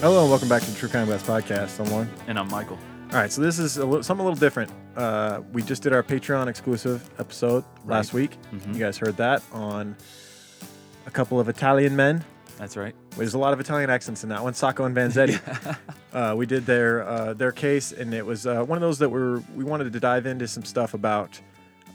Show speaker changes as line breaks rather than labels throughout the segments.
Hello and welcome back to the True Crime Glass podcast. I'm Lauren.
And I'm Michael.
All right, so this is a little, something a little different. Uh, we just did our Patreon exclusive episode last week. You guys heard that on a couple of Italian men.
That's right.
There's a lot of Italian accents in that one. Sacco and Vanzetti. uh, we did their uh, their case, and it was uh, one of those that we were, we wanted to dive into some stuff about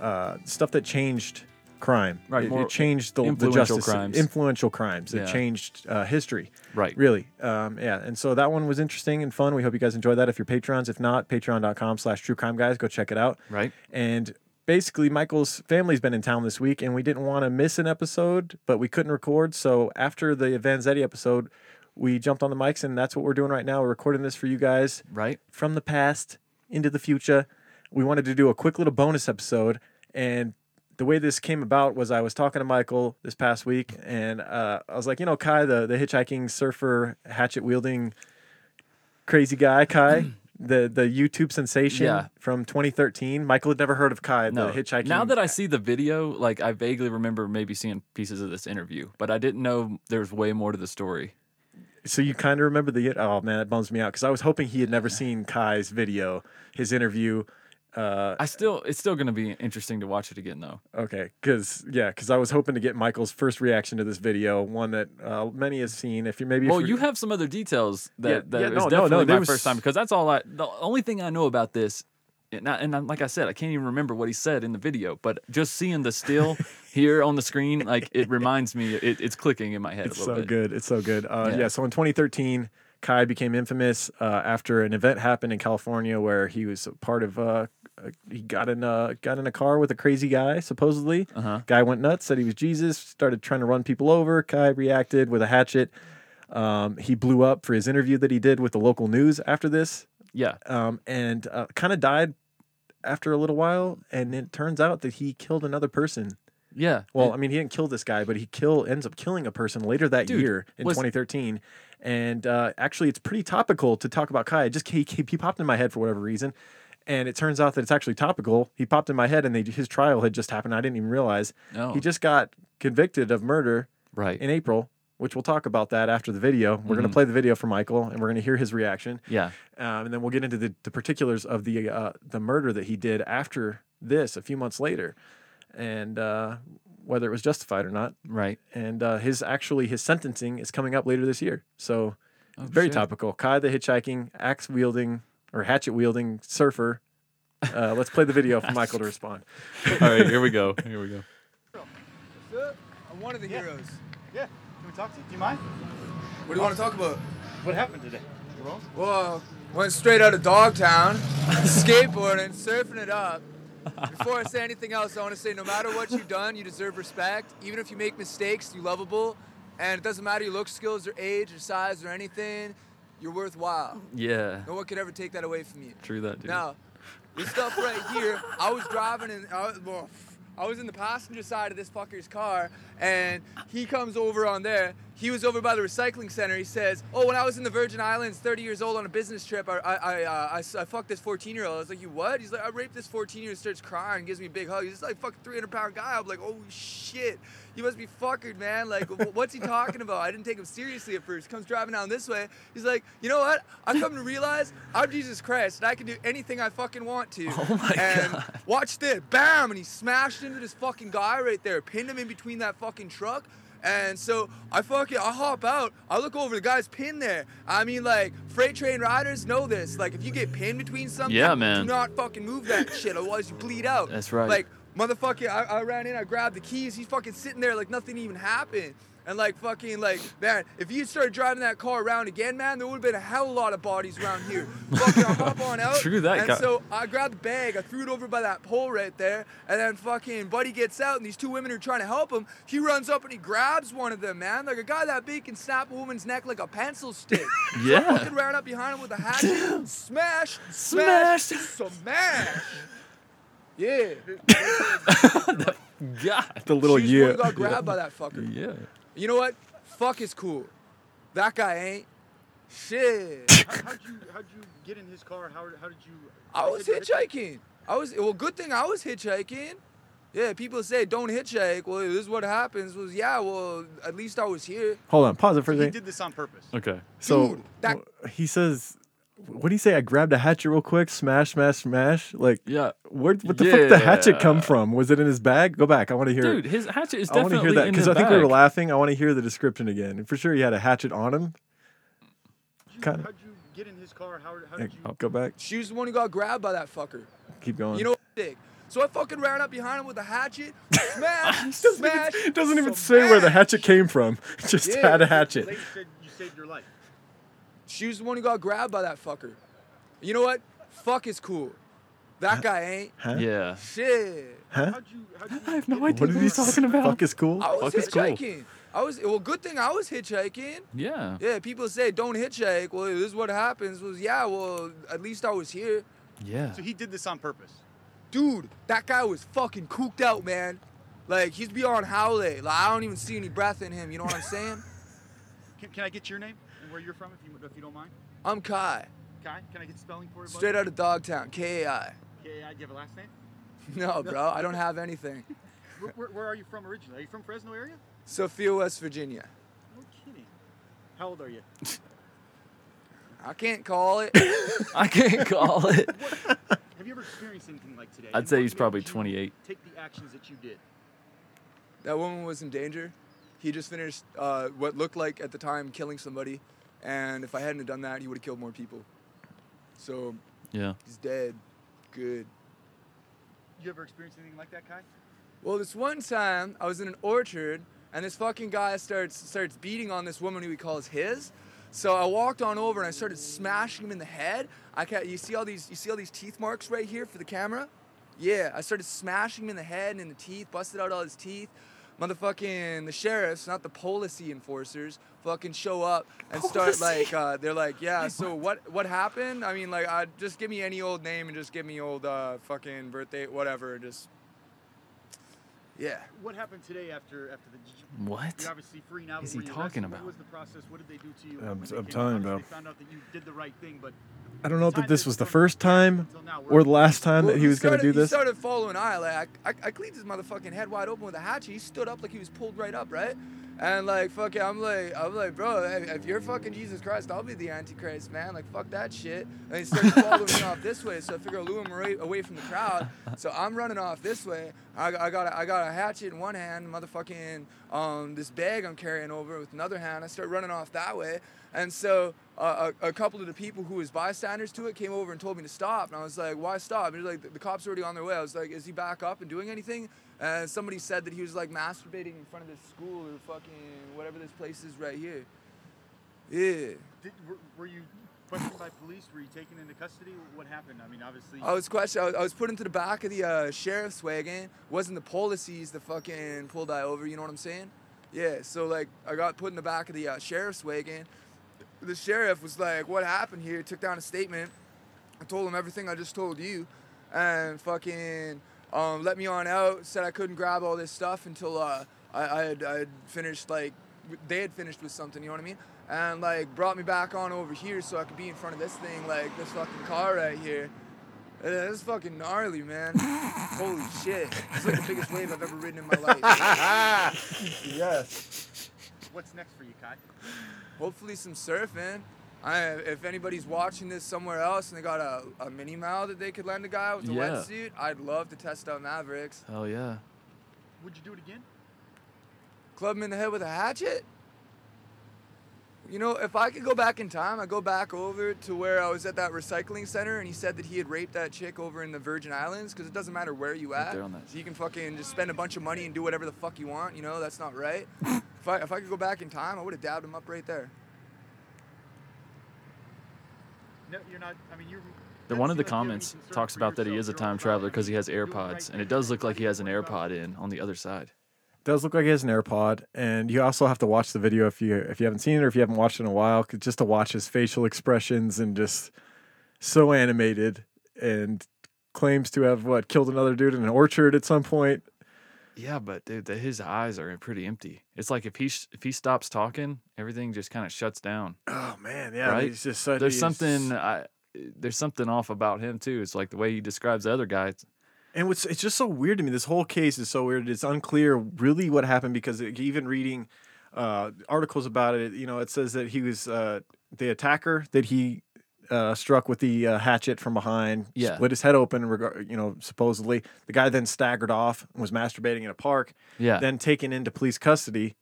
uh, stuff that changed crime.
Right,
It,
more
it changed the, the
influential
justice.
crimes.
Influential crimes. It
Yeah.
changed uh, history.
Right.
Really. Um, yeah. And so that one was interesting and fun. We hope you guys enjoyed that. If you're patrons, if not, patreon.com slash true crime guys. Go check it out.
Right.
And basically, Michael's family's been in town this week, and we didn't want to miss an episode, but we couldn't record. So after the Vanzetti episode, we jumped on the mics, and that's what we're doing right now. We're recording this for you guys
Right.
from the past into the future. We wanted to do a quick little bonus episode, and the way this came about was I was talking to Michael this past week, and uh, I was like, you know, Kai, the the hitchhiking surfer, hatchet wielding, crazy guy, Kai. The, the YouTube sensation
Yeah.
from 2013. Michael had never heard of Kai,
No.
the hitchhiking.
Now that I see the video, like I vaguely remember maybe seeing pieces of this interview, but I didn't know there was way more to the story.
so you kind of remember the oh man, that bums me out because I was hoping he had never seen Kai's video, his interview. Uh,
I still, it's still going to be interesting to watch it again, though.
Okay, because yeah, because I was hoping to get Michael's first reaction to this video, one that uh, many have seen. If you maybe
Well,
if
you have some other details that,
Yeah,
that
yeah,
was
no, no, no,
definitely
there
my
was-
first time because that's all I, the only thing I know about this. And, I, and I'm, like I said, I can't even remember what he said in the video, but just seeing the still here on the screen, like it reminds me, it, it's clicking in my head
it's
a little
so
bit.
good, it's so good. Uh, yeah.
Yeah.
so in 2013, Kai became infamous uh, after an event happened in California where he was a part of. Uh, uh, he got in a got in a car with a crazy guy. Supposedly,
Uh-huh.
guy went nuts, said he was Jesus, started trying to run people over. Kai reacted with a hatchet. Um, he blew up for his interview that he did with the local news after this.
Yeah.
um, and uh, kind of died after a little while. And it turns out that he killed another person.
Yeah.
Well, I mean, he didn't kill this guy, but he kill ends up killing a person later that
Dude,
year in
was-
2013. And uh, actually, it's pretty topical to talk about Kai. It just he, he popped in my head for whatever reason, and it turns out that it's actually topical. He popped in my head, and they, his trial had just happened. I didn't even realize
oh,
he just got convicted of murder
right.
in April, which we'll talk about that after the video. We're gonna
Mm-hmm.
play the video for Michael, and we're gonna hear his reaction
Yeah.
um, and then we'll get into the, the particulars of the uh, the murder that he did after this a few months later, and uh, whether it was justified or not.
Right.
And uh, his actually his sentencing is coming up later this year, so
Oh,
very
shit.
topical. Kai the hitchhiking, axe wielding or hatchet wielding surfer. Uh, let's play the video for Michael to respond.
All right, here we go. Here we go.
I'm one of the heroes.
Yeah. Can we talk to you? Do you mind?
What do you want to talk about?
What happened today?
Well, went straight out of Dogtown, skateboarding, surfing it up. Before I say anything else, I want to say no matter what you've done, you deserve respect. Even if you make mistakes, you're lovable. And it doesn't matter your look, skills, or age, or size, or anything, you're worthwhile.
Yeah.
No one could ever take that away from you.
True that, dude.
Now, this stuff right here, I was driving and I was, well, I was in the passenger side of this fucker's car, and he comes over on there. He was over by the recycling center. He says, "Oh, when I was in the Virgin Islands, 30 years old on a business trip, I I I, uh, I s- I fucked this 14 year old." I was like, "You what?" He's like, "I raped this 14 year old." Starts crying, gives me a big hug. He's like, "Fuck, 300 pound guy." I'm like, "Oh shit, you must be fuckered, man." Like, wh- what's he talking about? I didn't take him seriously at first. Comes driving down this way. He's like, "You know what? I've come to realize I'm Jesus Christ, and I can do anything I fucking want to."
Oh my
and
God.
Watch this. Bam! And he smashed into this fucking guy right there, pinned him in between that fucking truck. And so I fucking I hop out. I look over the guy's pinned there. I mean, like freight train riders know this. Like if you get pinned between something,
Yeah, man.
do not fucking move that shit, otherwise you bleed out.
That's right.
Like motherfucking, I, I ran in, I grabbed the keys. He's fucking sitting there like nothing even happened. And like fucking like man, if you started driving that car around again, man, there would have been a hell of a lot of bodies around here. fucking, I hop on out.
True that
And
guy-
so I grabbed the bag, I threw it over by that pole right there, and then fucking Buddy gets out, and these two women are trying to help him. He runs up and he grabs one of them, man. Like a guy that big can snap a woman's neck like a pencil stick.
Yeah.
So I fucking ran up behind him with a hatchet. smash,
Smash.
smash, smash. Yeah.
God.
The little
She's the one who got grabbed by that fucker.
Yeah.
You know what? Fuck is cool. That guy ain't. Shit.
How, how'd you how'd you get in his car? How, how did you?
I
you
was
said you hit-
hitchhiking. I was well. Good thing I was hitchhiking. Yeah, people say don't hitchhike. Well, this is what happens. Was yeah. Well, at least I was here.
Hold on, pause it for a
He
second.
did this on purpose.
Okay.
So
Dude, that-
wh- he says, "What do you say? I grabbed a hatchet real quick, smash, smash, smash." Like,
Yeah.
where? What the fuck? Did the hatchet come
Yeah.
from? Was it in his bag? Go back. I want to hear.
Dude,
it.
his hatchet is
I want
definitely
to hear that
in
because
the
I think we were
bag.
laughing. I want to hear the description again. For sure, he had a hatchet on him.
How'd you,
Kinda.
how'd you get in his car? How, how
Yeah,
did you?
Oh.
Go back.
She was the one who got grabbed by that fucker.
Keep going.
You know, dick. So I fucking ran up behind him with a hatchet, smash,
doesn't
smash.
even, doesn't even say where the
smash.
hatchet came from. Just
Yeah.
had a
The
hatchet.
lady said you saved your life.
She was the one who got grabbed by that fucker. You know what? Fuck is cool. That guy ain't
Huh?
Yeah.
shit.
How'd you? How'd you?
I have
What
no idea
get in
are
what
his
you
he's
car?
talking about.
Fuck is cool.
I was
Fuck is cool.
hitchhiking. I was well. Good thing I was hitchhiking.
Yeah.
Yeah, people say don't hitchhike. Well, this is what happens. Was yeah. Well, at least I was here.
Yeah.
So he did this on purpose.
dude, that guy was fucking cooked out, man. Like he's beyond howley. Like I don't even see any breath in him. You know what I'm saying?
Can, can I get your name and where you're from, if you if you don't mind?
I'm Kai,
Kai, can I get spelling for you? bud?
straight out of Dogtown, K-A-I.
Okay, I do you have a last name.
No, bro, I don't have anything.
Where, where, where are you from originally? Are you from Fresno area?
Sophia, West Virginia.
No kidding. How old are you?
I can't call it.
I can't call it.
Have you ever experienced anything like today?
I'd
And
say
what
he's probably
made you
28.
Take the actions that you did.
That woman was in danger. He just finished uh, what looked like at the time killing somebody, and if I hadn't have done that, he would have killed more people. So
Yeah.
he's dead. Good.
You ever experienced anything like that, Kai?
Well, this one time I was in an orchard and this fucking guy starts starts beating on this woman who he calls his. So I walked on over and I started smashing him in the head. I ca you see all these you see all these teeth marks right here for the camera? Yeah, I started smashing him in the head and in the teeth, busted out all his teeth. Motherfucking the sheriffs, not the policy enforcers, fucking show up and start like uh, they're like, yeah. So what what happened? I mean, like, uh, just give me any old name and just give me old uh, fucking birthday, whatever. Just yeah.
What happened today after after the? did you-
What?
You're obviously free now.
Is
that
he
we're
talking
arrested.
about?
What was the process? What did they do to you?
I'm-
when they
I'm
came
telling
across?
you,
They
bro.
found out that you did the right thing, but
I don't know
Time
that this
is
was the
from-
first time
until now, we're-
or the last time
Well,
that he
you
was going to
started-
do
you
this.
started following I like I, I cleaned his motherfucking head wide open with a hatchet. He stood up like he was pulled right up, right? And like fuck it, I'm like I'm like bro, if if you're fucking Jesus Christ, I'll be the Antichrist, man. Like fuck that shit. And he started following me off this way, so I figure I'll lure him away, away from the crowd. So I'm running off this way. I, I got a, I got a hatchet in one hand, motherfucking um this bag I'm carrying over with another hand. I start running off that way, and so uh, a, a couple of the people who was bystanders to it came over and told me to stop. And I was like, why stop? And he was like, the, the cop's already on their way. I was like, is he back up and doing anything? And somebody said that he was like masturbating in front of this school or fucking whatever this place is right here. Yeah.
did, were, were you questioned by police? Were you taken into custody? What happened? I mean, obviously.
I was questioned. I was, I was put into the back of the uh, sheriff's wagon. Wasn't the policies that fucking pulled I over? You know what I'm saying? Yeah. So like, I got put in the back of the uh, sheriff's wagon. The sheriff was like, "What happened here?" Took down a statement. I told him everything I just told you, and fucking um, let me on out. Said I couldn't grab all this stuff until uh, I, I, had, I had finished like w- they had finished with something. You know what I mean? And like brought me back on over here so I could be in front of this thing, like this fucking car right here. Uh, That's fucking gnarly, man. Holy shit! It's like the biggest wave I've ever ridden in my life.
yes.
What's next for you, Kai?
Hopefully, some surfing. I, if anybody's watching this somewhere else and they got a, a mini mile that they could lend a guy with a
Yeah.
wetsuit, I'd love to test out Mavericks.
Hell yeah.
Would you do it again?
club him in the head with a hatchet? You know, if I could go back in time, I'd go back over to where I was at that recycling center and he said that he had raped that chick over in the Virgin Islands because it doesn't matter where you at.
there on that.
So you can fucking just spend a bunch of money and do whatever the fuck you want. You know, that's not right. if, I, if I could go back in time, I would have dabbed him up right there.
No, you're not. I mean, you're.
Then one of the comments talks about that he is a time traveler because he has AirPods, and it does look like he has an AirPod in on the other side.
Does look like he has an AirPod, and you also have to watch the video if you if you haven't seen it or if you haven't watched it in a while, 'cause just to watch his facial expressions and just so animated and claims to have what killed another dude in an orchard at some point.
Yeah, but dude, the, his eyes are pretty empty. It's like if he sh- if he stops talking, everything just kind of shuts down.
Oh man, yeah,
Right?
he's just such,
There's
he's-
something I, there's something off about him too. It's like the way he describes the other guy. It's,
And what's it's just so weird to me. This whole case is so weird. It's unclear really what happened because it, even reading uh, articles about it, you know, it says that he was uh, the attacker that he uh, struck with the uh, hatchet from behind,
Yeah.
split his head open. Regard, you know, supposedly the guy then staggered off and was masturbating in a park.
Yeah.
Then taken into police custody.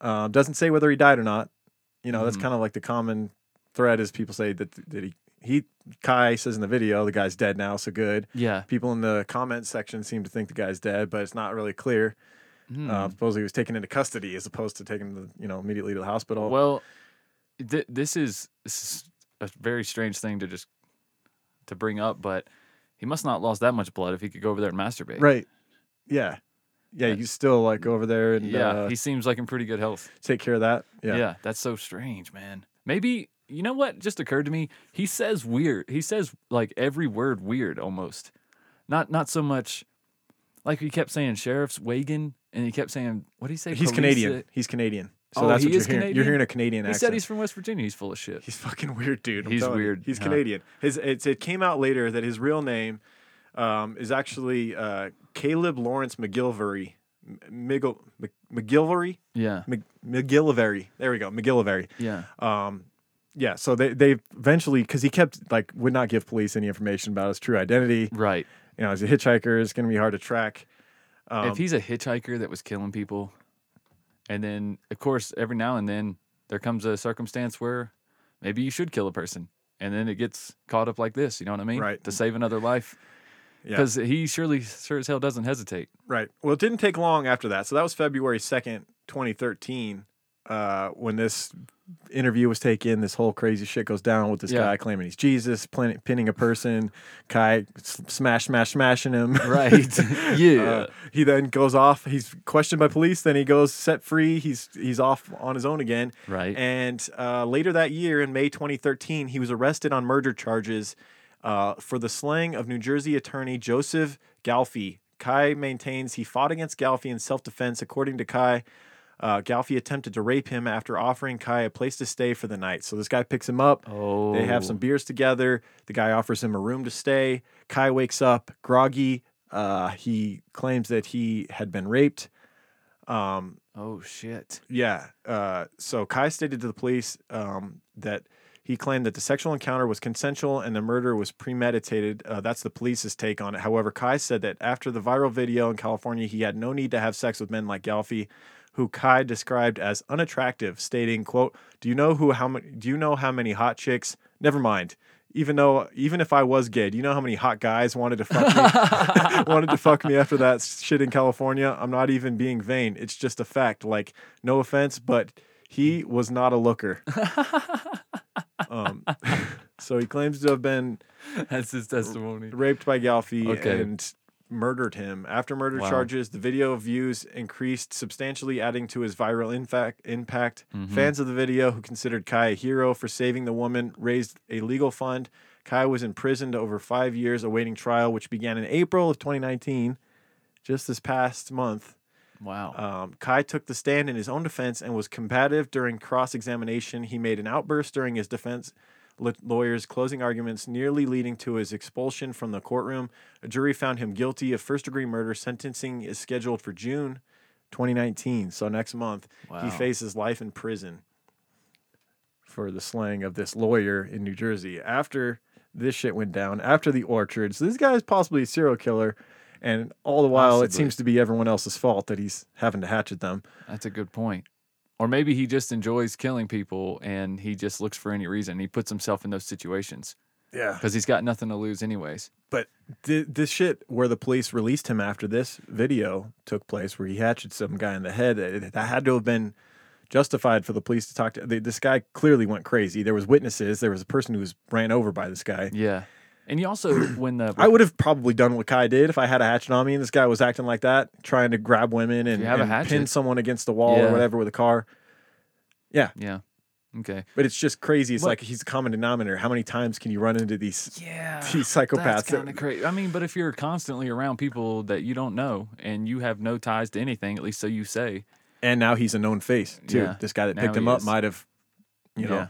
Uh, doesn't say whether he died or not. You know,
Mm-hmm.
that's kind of like the common thread is people say that that he he Kai says in the video the guy's dead now, so good
yeah.
people in the comment section seem to think the guy's dead, but it's not really clear.
Hmm.
Uh, supposedly he was taken into custody as opposed to taken to, you know immediately to the hospital.
Well, th- this is this is a very strange thing to just to bring up, but he must not lost that much blood if he could go over there and masturbate.
right? Yeah, yeah. You still like go over there and
Yeah,
uh,
he seems like in pretty good health.
take care of that. Yeah.
Yeah. that's so strange, man. Maybe you know what just occurred to me. He says weird. He says like every word weird almost. Not not so much. Like he kept saying sheriff's wagon, and he kept saying what did he say?
he's
Police-
Canadian. He's Canadian. So
Oh,
that's
he
what you're
is
hearing. You're
Canadian?
hearing a Canadian
He
accent.
said he's from West Virginia. He's full of shit.
He's fucking weird, dude. I'm
He's
telling you.
weird,
He's
huh?
Canadian. His it's, it came out later that his real name um, is actually uh, Caleb Lawrence McGilvery. M- Miggle- Mc- McGilvery.
yeah,
Mc- McGillivary. There we go. McGillivary.
yeah.
Um, yeah. So they they eventually because he kept like would not give police any information about his true identity.
Right.
You know, as a hitchhiker, it's going to be hard to track. Um,
if he's a hitchhiker that was killing people, and then of course every now and then there comes a circumstance where maybe you should kill a person, and then it gets caught up like this. You know what I mean?
Right.
To save another life,
Yeah.
because he surely sure as hell doesn't hesitate.
Right. Well, it didn't take long after that. So that was February second, twenty thirteen, uh, when this interview was taken. This whole crazy shit goes down with this
Yeah.
guy claiming he's Jesus, pin- pinning a person, Kai s- smash, smash, smashing him.
Right. yeah.
Uh, he then goes off. He's questioned by police. Then he goes set free. He's he's off on his own again.
Right.
And uh, later that year, in May 2013, he was arrested on murder charges uh, for the slaying of New Jersey attorney Joseph Galfi. Kai maintains he fought against Galfi in self-defense. According to Kai, uh, Galfi attempted to rape him after offering Kai a place to stay for the night. So this guy picks him up.
oh.
They have some beers together. The guy offers him a room to stay. Kai wakes up groggy. Uh, he claims that he had been raped.
Oh shit.
Yeah. Uh, so Kai stated to the police um, that he claimed that the sexual encounter was consensual and the murder was premeditated. Uh, that's the police's take on it. However, Kai said that after the viral video in California, he had no need to have sex with men like Galfi, who Kai described as unattractive, stating, "quote Do you know who how many Do you know how many hot chicks? Never mind." Even though, even if I was gay, do you know how many hot guys wanted to fuck me? wanted to fuck me after that shit in California. I'm not even being vain. It's just a fact. Like, no offense, but he was not a looker. um, so he claims to have been
That's his testimony.
raped by Galfi
Okay.
and murdered him. After murder
Wow.
charges, the video views increased substantially, adding to his viral infac- impact.
Mm-hmm.
Fans of the video, who considered Kai a hero for saving the woman, raised a legal fund. Kai was imprisoned over five years, awaiting trial, which began in April of 2019, just this past month.
Wow.
Um, Kai took the stand in his own defense and was combative during cross examination. He made an outburst during his defense la- lawyer's closing arguments, nearly leading to his expulsion from the courtroom. A jury found him guilty of first degree murder. Sentencing is scheduled for June 2019. So next month,
Wow.
he faces life in prison for the slaying of this lawyer in New Jersey. After this shit went down, after the orchard, so this guy is possibly a serial killer. And all the while, it
Possibly.
seems to be everyone else's fault that he's having to hatchet them.
That's a good point. Or maybe he just enjoys killing people and he just looks for any reason. He puts himself in those situations
Yeah.
because he's got nothing to lose, anyways.
But th- this shit where the police released him after this video took place, where he hatchet some guy in the head, eh, that that had to have been justified for the police to talk to. They, this guy clearly went crazy. There was witnesses. There was a person who was ran over by this guy.
Yeah. And you also, when the.
I would have probably done what Kai did if I had a hatchet on me and this guy was acting like that, trying to grab women and,
you have a
and pin
hatchet.
someone against the wall
Yeah.
or whatever with a car. Yeah,
Yeah. Okay.
but it's just crazy. It's
Well-
like he's a common denominator. How many times can you run into these
Yeah.
these psychopaths?
That's
that-
kind of crazy. I mean, but if you're constantly around people that you don't know and you have no ties to anything, at least so you say.
and now he's a known face too.
Yeah,
This guy that
now
picked him
he
up
is.
might have, you know,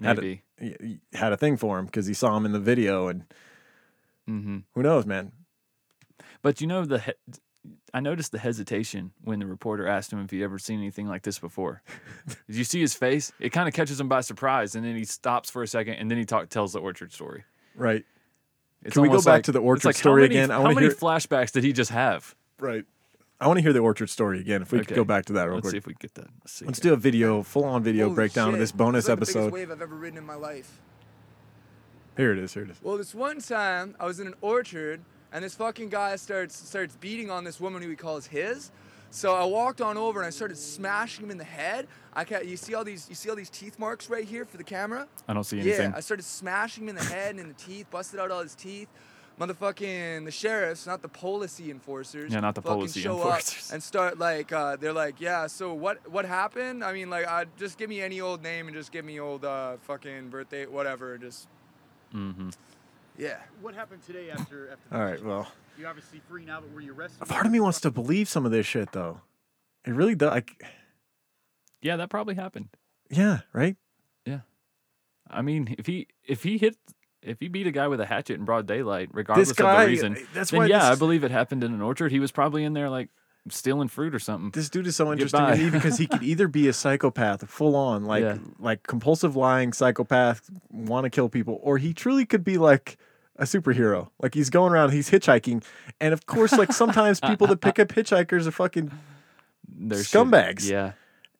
yeah.
had a-
Maybe.
y- y- had a thing for him because he saw him in the video, and
Mm-hmm.
who knows, man.
But you know the he- I noticed the hesitation when the reporter asked him if he ever seen anything like this before. Did you see his face? It kind of catches him by surprise, and then he stops for a second, and then he talk, tells the orchard story.
Right.
It's
Can we go
almost
back
like-
to the
it's
orchard
like, how
story
many-
again? I
How
wanna
many
hear-
flashbacks did he just have?
Right. I want to hear the orchard story again. If we could
Okay.
go back to that real
Let's
quick.
see if we can get that. Let's see.
Let's
here.
do a video, full on video
Holy
breakdown of
shit.
this bonus
It's like The
episode.
biggest wave I've ever ridden in my life.
Here it is. Here it is.
Well, this one time I was in an orchard and this fucking guy starts starts beating on this woman who he calls his. So I walked on over and I started smashing him in the head. I ca you see all these you see all these teeth marks right here for the camera?
I don't see anything.
Yeah, I started smashing him in the head and in the teeth, busted out all his teeth. Motherfucking the sheriffs, not the policy enforcers.
Yeah, not the
fucking
policy
show
enforcers.
Up and start like uh, they're like, yeah. So what what happened? I mean, like, uh, just give me any old name and just give me old uh, fucking birthday, whatever. Just
mm-hmm.
yeah.
What happened today after after?
All right. Well,
You're obviously free now, but were you arrested?
part of me wants to believe some of this shit though. It really does. Like,
Yeah, that probably happened.
yeah. Right.
I mean, if he if he hit if he beat a guy with a hatchet in broad daylight, regardless
guy, uh,
of the reason,
that's
then
why
yeah,
this-
I believe it happened in an orchard. He was probably in there like stealing fruit or something.
This dude is so interesting to
Goodbye.
me because he could either be a psychopath, full on, like
Yeah.
like compulsive lying psychopath, want to kill people, or he truly could be like a superhero. Like he's going around, he's hitchhiking, and of course, like sometimes people that pick up hitchhikers are fucking
They're shit-
Scumbags.
Yeah,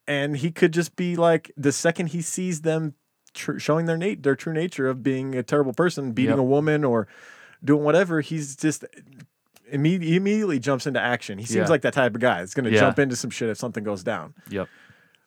and he could just be like the second he sees them tr- showing their nat- their true nature of being a terrible person, beating
Yep.
a woman or doing whatever, he's just imme- he immediately jumps into action. He seems
Yeah.
like that type of guy. that's going to
Yeah.
jump into some shit if something goes down.
yep.
Oh.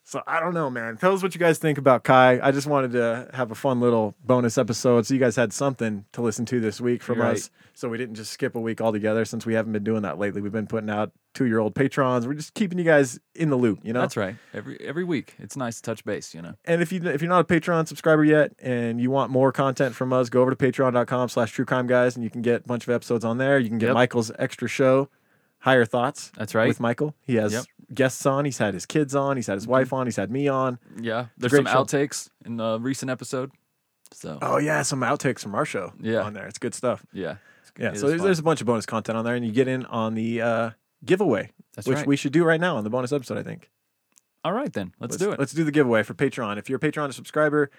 So I don't know, man. Tell us what you guys think about Kai. I just wanted to have a fun little bonus episode so you guys had something to listen to this week from
You're right.
us. So we didn't just skip a week altogether since we haven't been doing that lately. We've been putting out two year old patrons. We're just keeping you guys in the loop, you know?
That's right. Every every week, it's nice to touch base. You know.
And if you if you're not a Patreon subscriber yet and you want more content from us, go over to patreon.com slash true crime guys and you can get a bunch of episodes on there. You can get
Yep.
Michael's extra show, Higher Thoughts.
That's right.
With Michael. He has
Yep. Mm-hmm.
guests on. He's had his kids on. He's had his wife on. He's had me on.
Yeah, there's
great
some
show.
outtakes in the recent episode. So
Oh yeah, some outtakes from our show.
Yeah.
On there. It's good stuff.
yeah, It's-
Yeah.
it
so
is
there's,
fun.
there's a bunch of bonus content on there and you get in on the uh, giveaway.
That's
which
right.
we should do right now on the bonus episode, I think.
all right then. Let's, do it.
Let's do the giveaway for Patreon. If you're a Patreon subscriber,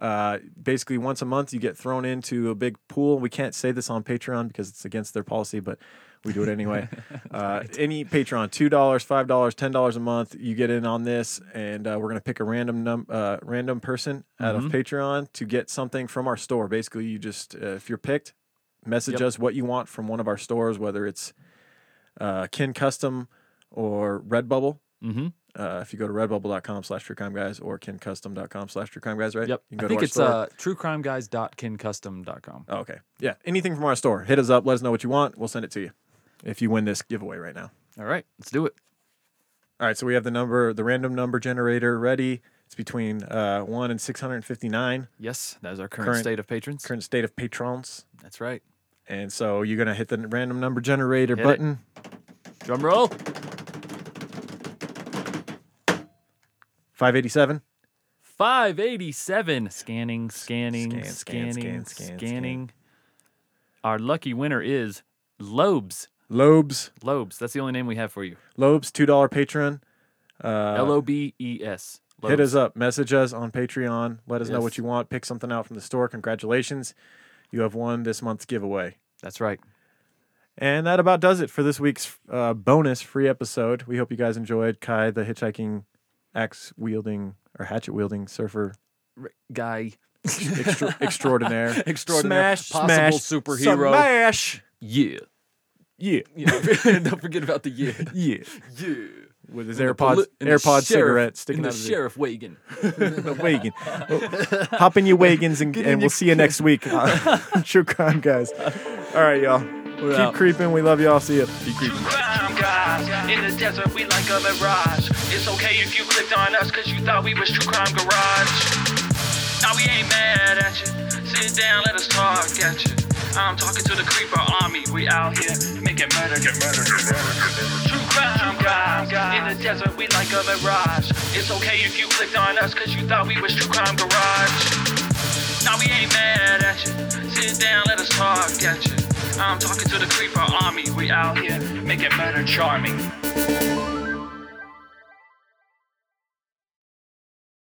uh, basically once a month you get thrown into a big pool. We can't say this on Patreon because it's against their policy, but we do it anyway. uh, Any Patreon, two dollars, five dollars, ten dollars a month, you get in on this, and uh, we're gonna pick a random num- uh, random person out
Mm-hmm.
of Patreon to get something from our store. Basically, you just uh, if you're picked, message
Yep.
us what you want from one of our stores, whether it's uh, Kin Custom or Redbubble.
mm-hmm.
Uh, if you go to redbubble.com slash true crime guys or kincustom.com slash true crime guys, right?
Yep.
You can go
I think
to our
it's
store.
uh, truecrimeguys.kincustom.com.
Oh, okay. Yeah. Anything from our store, hit us up. Let us know what you want. We'll send it to you if you win this giveaway right now.
All right, let's do it.
All right. So we have the number, the random number generator ready. It's between uh, 1 and 659,
Yes, that is our current,
Current-
state of patrons.
current state of patrons.
That's right.
And so you're going to hit the random number generator
Hit it.
button.
Drum roll.
587.
587. Scanning,
Scan,
scanning,
scan,
scanning,
scan,
scanning,
scan,
Our lucky winner is Lobes.
Lobes.
Lobes. That's the only name we have for you.
Lobes, $2 patron. Uh,
L O B E S.
Hit us up. Message us on Patreon. Let us know what
Yes.
you want. Pick something out from the store. Congratulations. You have won this month's giveaway.
That's right.
And that about does it for this week's uh, bonus free episode. We hope you guys enjoyed Kai, the hitchhiking, axe wielding or hatchet wielding surfer
R- guy.
extra- extraordinaire.
Extraordinary.
Smash,
Possible
smash,
superhero.
Smash!
Yeah.
Yeah.
yeah. Don't forget about the yeah.
Yeah.
Yeah.
With his
And the
AirPods,
poli- and the
AirPod
sheriff-
cigarette
and
sticking
the
out of the,
sheriff wagon.
the wagon. Hop in your wagons and, and we'll see you next week. True crime, guys. All right, y'all.
We're
Keep
out.
creeping. We love y'all. See ya.
True crime guys, in the desert we like a mirage. It's okay if you clicked on us cause you thought we was true crime garage. Now we ain't mad at you. Sit down, let us talk at you. I'm talking to the creeper army. We out here making murder, get murder, get murder, get murder. True crime guys, in the desert we like a mirage. It's okay if you clicked on us cause you thought we was true crime garage. Now we ain't mad at you. Sit down, let us talk at you. I'm talking to the creeper army. We out here making murder charming.